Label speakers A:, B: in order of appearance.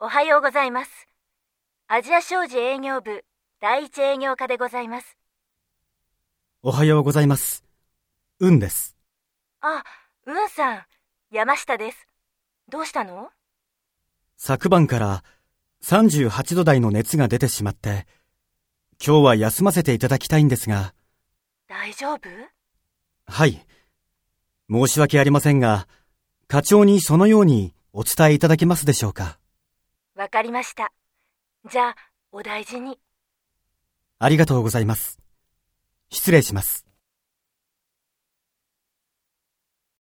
A: おはようございます。アジア商事営業部第一営業課でございます。
B: おはようございます。うんです。
A: あ、うんさん、山下です。どうしたの
B: 昨晩から38度台の熱が出てしまって、今日は休ませていただきたいんですが、
A: 大丈夫
B: はい。申し訳ありませんが、課長にそのようにお伝えいただけますでしょうか。
A: わかりました。じゃあ、お大事に。
B: ありがとうございます。失礼します。